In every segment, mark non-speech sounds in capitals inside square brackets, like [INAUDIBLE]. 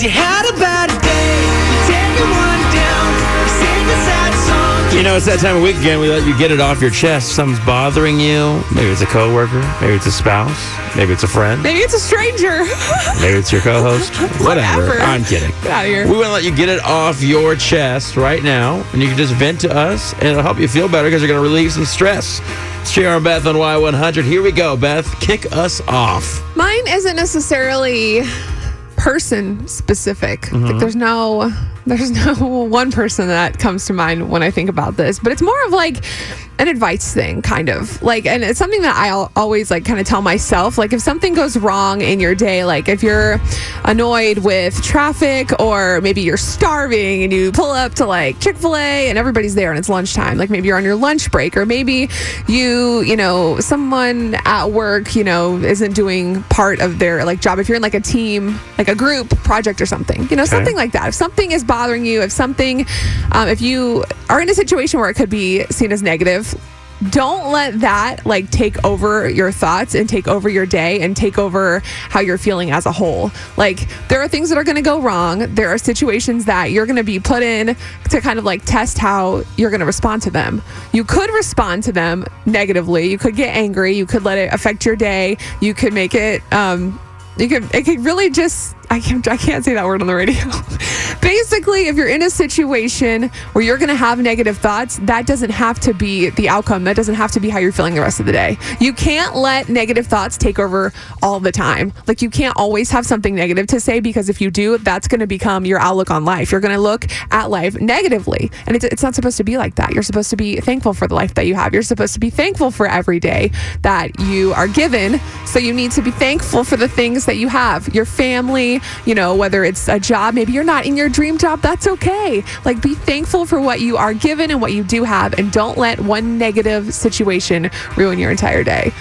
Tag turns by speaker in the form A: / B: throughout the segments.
A: You had a bad day. You take it one down. Sing a sad song.
B: You know, it's that time of week again. We let you get it off your chest. Something's bothering you. Maybe it's a coworker. Maybe it's a spouse. Maybe it's a friend.
C: Maybe it's a stranger.
B: Maybe it's your co-host. Whatever.
C: [LAUGHS] Whatever.
B: I'm kidding.
C: Get out of here.
B: We want to let you get it off your chest right now, and you can just vent to us, and it'll help you feel better because you're going to relieve some stress. It's JR and Beth on Y100. Here we go, Beth. Kick us off.
C: Mine isn't necessarily person specific. Like there's no there's no one person that comes to mind when I think about this, but it's more of like an advice thing kind of. Like and it's something that I al- always like kind of tell myself like if something goes wrong in your day, like if you're annoyed with traffic or maybe you're starving and you pull up to like Chick-fil-A and everybody's there and it's lunchtime, like maybe you're on your lunch break or maybe you, you know, someone at work, you know, isn't doing part of their like job if you're in like a team, like a group project or something. You know, something like that. If something is bothering you, if something um, if you are in a situation where it could be seen as negative, don't let that like take over your thoughts and take over your day and take over how you're feeling as a whole. Like there are things that are going to go wrong. There are situations that you're going to be put in to kind of like test how you're going to respond to them. You could respond to them negatively. You could get angry. You could let it affect your day. You could make it um you could it could really just I can't I can't say that word on the radio. [LAUGHS] Basically, if you're in a situation where you're gonna have negative thoughts, that doesn't have to be the outcome. That doesn't have to be how you're feeling the rest of the day. You can't let negative thoughts take over all the time. Like you can't always have something negative to say because if you do, that's gonna become your outlook on life. You're gonna look at life negatively. And it's it's not supposed to be like that. You're supposed to be thankful for the life that you have. You're supposed to be thankful for every day that you are given. So you need to be thankful for the things that you have. Your family, you know, whether it's a job, maybe you're not in your dream job, that's okay. Like be thankful for what you are given and what you do have and don't let one negative situation ruin your entire day.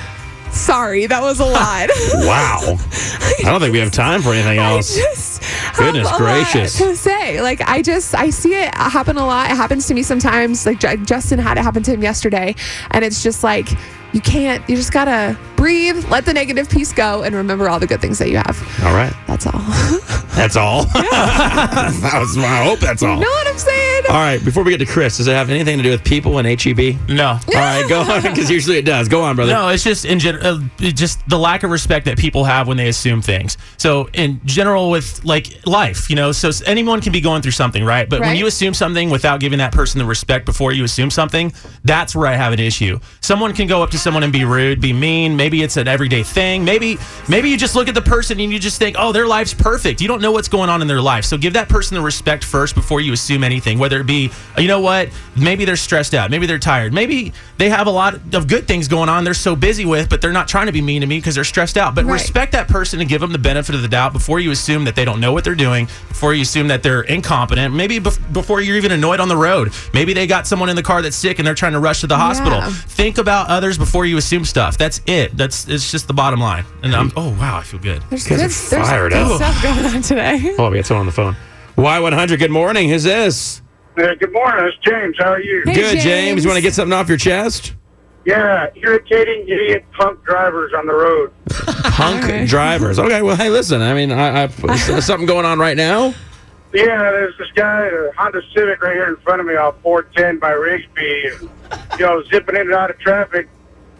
C: Sorry, that was a lot. [LAUGHS]
B: Wow. I don't think we have time for anything
C: I
B: else.
C: just have
B: Oh, Goodness
C: a lot
B: gracious.
C: to say. Like I just I see it happen a lot. It happens to me sometimes. Like J- Justin had it happen to him yesterday, and it's just like you can't. You just gotta breathe, let the negative piece go, and remember all the good things that you have.
B: All right.
C: That's all. [LAUGHS]
B: That's all. [LAUGHS] that was, I hope that's all.
C: know what I'm saying?
B: All right. Before we get to Chris, does it have anything to do with people and HEB?
D: No.
B: All right, go [LAUGHS] on, because usually it does. Go on, brother.
D: No, it's just in general, uh, it just the lack of respect that people have when they assume things. So in general, with like life, you know, so s- anyone can be going through something, right? But when
C: Right.
D: you assume something without giving that person the respect before you assume something, that's where I have an issue. Someone can go up to someone and be rude, be mean. Maybe it's an everyday thing. Maybe maybe you just look at the person and you just think, oh, their life's perfect. You don't know what's going on in their life, so give that person the respect first before you assume anything. Whether it be, you know what, maybe they're stressed out, maybe they're tired, maybe they have a lot of good things going on. They're so busy with, but they're not trying to be mean to me because they're stressed out. But
C: Right.
D: respect that person and give them the benefit of the doubt before you assume that they don't know what they're doing, before you assume that they're incompetent, maybe bef- before you're even annoyed on the road. Maybe they got someone in the car that's sick and they're trying to rush to the hospital.
C: Yeah.
D: Think about others before you assume stuff. That's it. That's it's just the bottom line. And I'm oh wow, I feel good.
C: There's
B: guys
C: good,
B: are
C: there's
B: fired
C: good
B: up.
C: stuff going on
B: [LAUGHS]
C: today.
B: Oh, we got someone on the phone. Y100, good morning. Who's this?
E: Uh, good morning, it's James. How are you?
C: Hey,
B: good, James.
C: James.
B: You want to get something off your chest?
E: Yeah, irritating idiot punk drivers on the road.
B: Punk
C: All right.
B: drivers. Okay, well, hey, listen. I mean, I, I
C: [LAUGHS]
B: is something going on right now.
E: Yeah, there's this guy, a Honda Civic, right here in front of me, off 410 by Rigsby, and, you know, zipping in and out of traffic.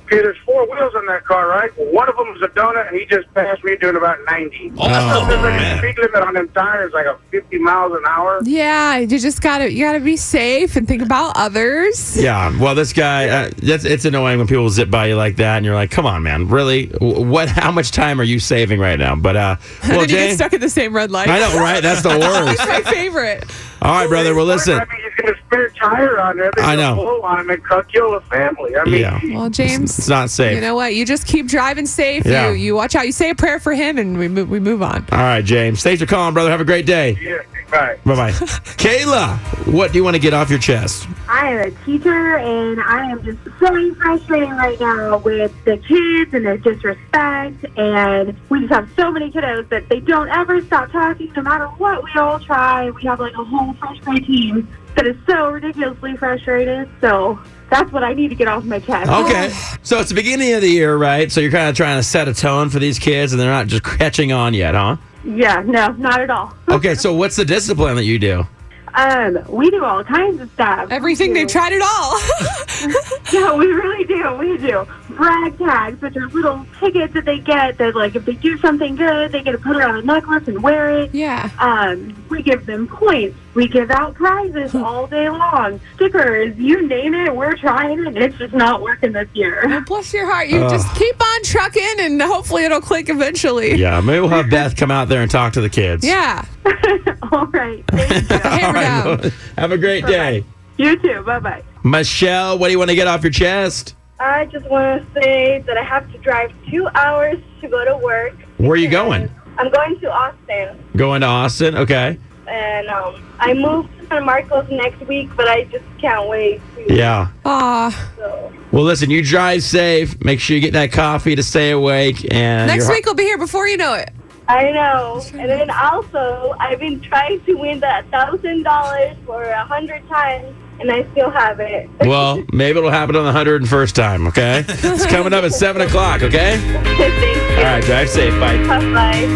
E: Okay, there's four wheels on that car, right? Well, one of them is a donut, and he just passed me doing about 90.
D: Oh,
E: There's like
D: man.
E: a speed limit on them tires, like a 50 miles an hour.
C: Yeah, you just gotta you gotta be safe and think about others.
B: Yeah. Well, this guy. Uh, that's it's annoying when people zip by you like that, and you're like, come on, man, really? Wh- What? How much time are you saving right now? But
C: [LAUGHS]
B: uh, well,
C: and then you get
B: James.
C: stuck in the same red light.
B: I
C: [LAUGHS]
B: know, right? That's the
C: That's
B: worst.
C: my favorite.
B: All right, brother. Well, listen.
E: I mean, he's got a spare tire on there. They're
B: I know.
E: gonna Blow on him and cut- kill the family. I mean,
B: Yeah.
C: Well, James,
B: It's not
C: you
B: safe.
C: know what? You just keep driving safe.
B: Yeah.
C: You you watch out. You say a prayer for him, and we move, we move on.
B: All right, James. Thanks for calling, brother. Have a great day.
E: yeah, right.
B: Bye bye. [LAUGHS] Kayla, what do you want to get off your chest?
F: I am a teacher, and I am just so frustrated right now with the kids and their disrespect. And we just have so many kiddos that they don't ever stop talking, no matter what we all try. We have like a whole fresh grade team that is so ridiculously frustrated. So that's what I need to get off my
C: [SIGHS]
F: chest.
B: Okay. So
C: [LAUGHS]
B: it's the beginning of the year, right? So you're kind of trying to set a tone for these kids and they're not just catching on yet, huh?
F: Yeah, no, not at all.
B: Okay, so what's the discipline that you do?
F: Um, we do all kinds of stuff.
C: Everything
F: We
C: they've
F: do-
C: tried it all. [LAUGHS]
F: [LAUGHS] Yeah, we really do. We do. Brag tags, which are little tickets that they get that, like, if they do something good, they get to put it on a necklace and wear it.
C: yeah.
F: Um, we give them points. We give out prizes all day long. Stickers, you name it, we're trying it. It's just not working this year.
C: Bless your heart. You
B: Ugh.
C: just keep on trucking and hopefully it'll click eventually.
B: Yeah, maybe we'll have Beth come out there and talk to the kids. [LAUGHS]
C: Yeah.
F: [LAUGHS] all right. Thank you.
C: Hammer
B: All right,
C: down.
B: well, have a great day.
F: you too. Bye bye.
B: Michelle, what do you want to get off your chest?
G: I just want to say that I have to drive two hours to go to work.
B: Where are you going?
G: I'm going to Austin,
B: Going to Austin? Okay.
G: and um, I move to San Marcos next week, but I just can't wait. To,
B: Yeah.
C: Aw.
G: So.
B: Well, listen, you drive safe. Make sure you get that coffee to stay awake. And
C: Next
B: you're-
C: week will be here before you know it.
G: I know. And then also, I've been trying to win that thousand dollars for a hundred times, and I still haven't.
B: Well, maybe it'll happen on the 101st time, okay? it's coming up at 7 o'clock, okay?
G: [LAUGHS] Thank you.
B: All right, drive safe. Bye.
G: Bye.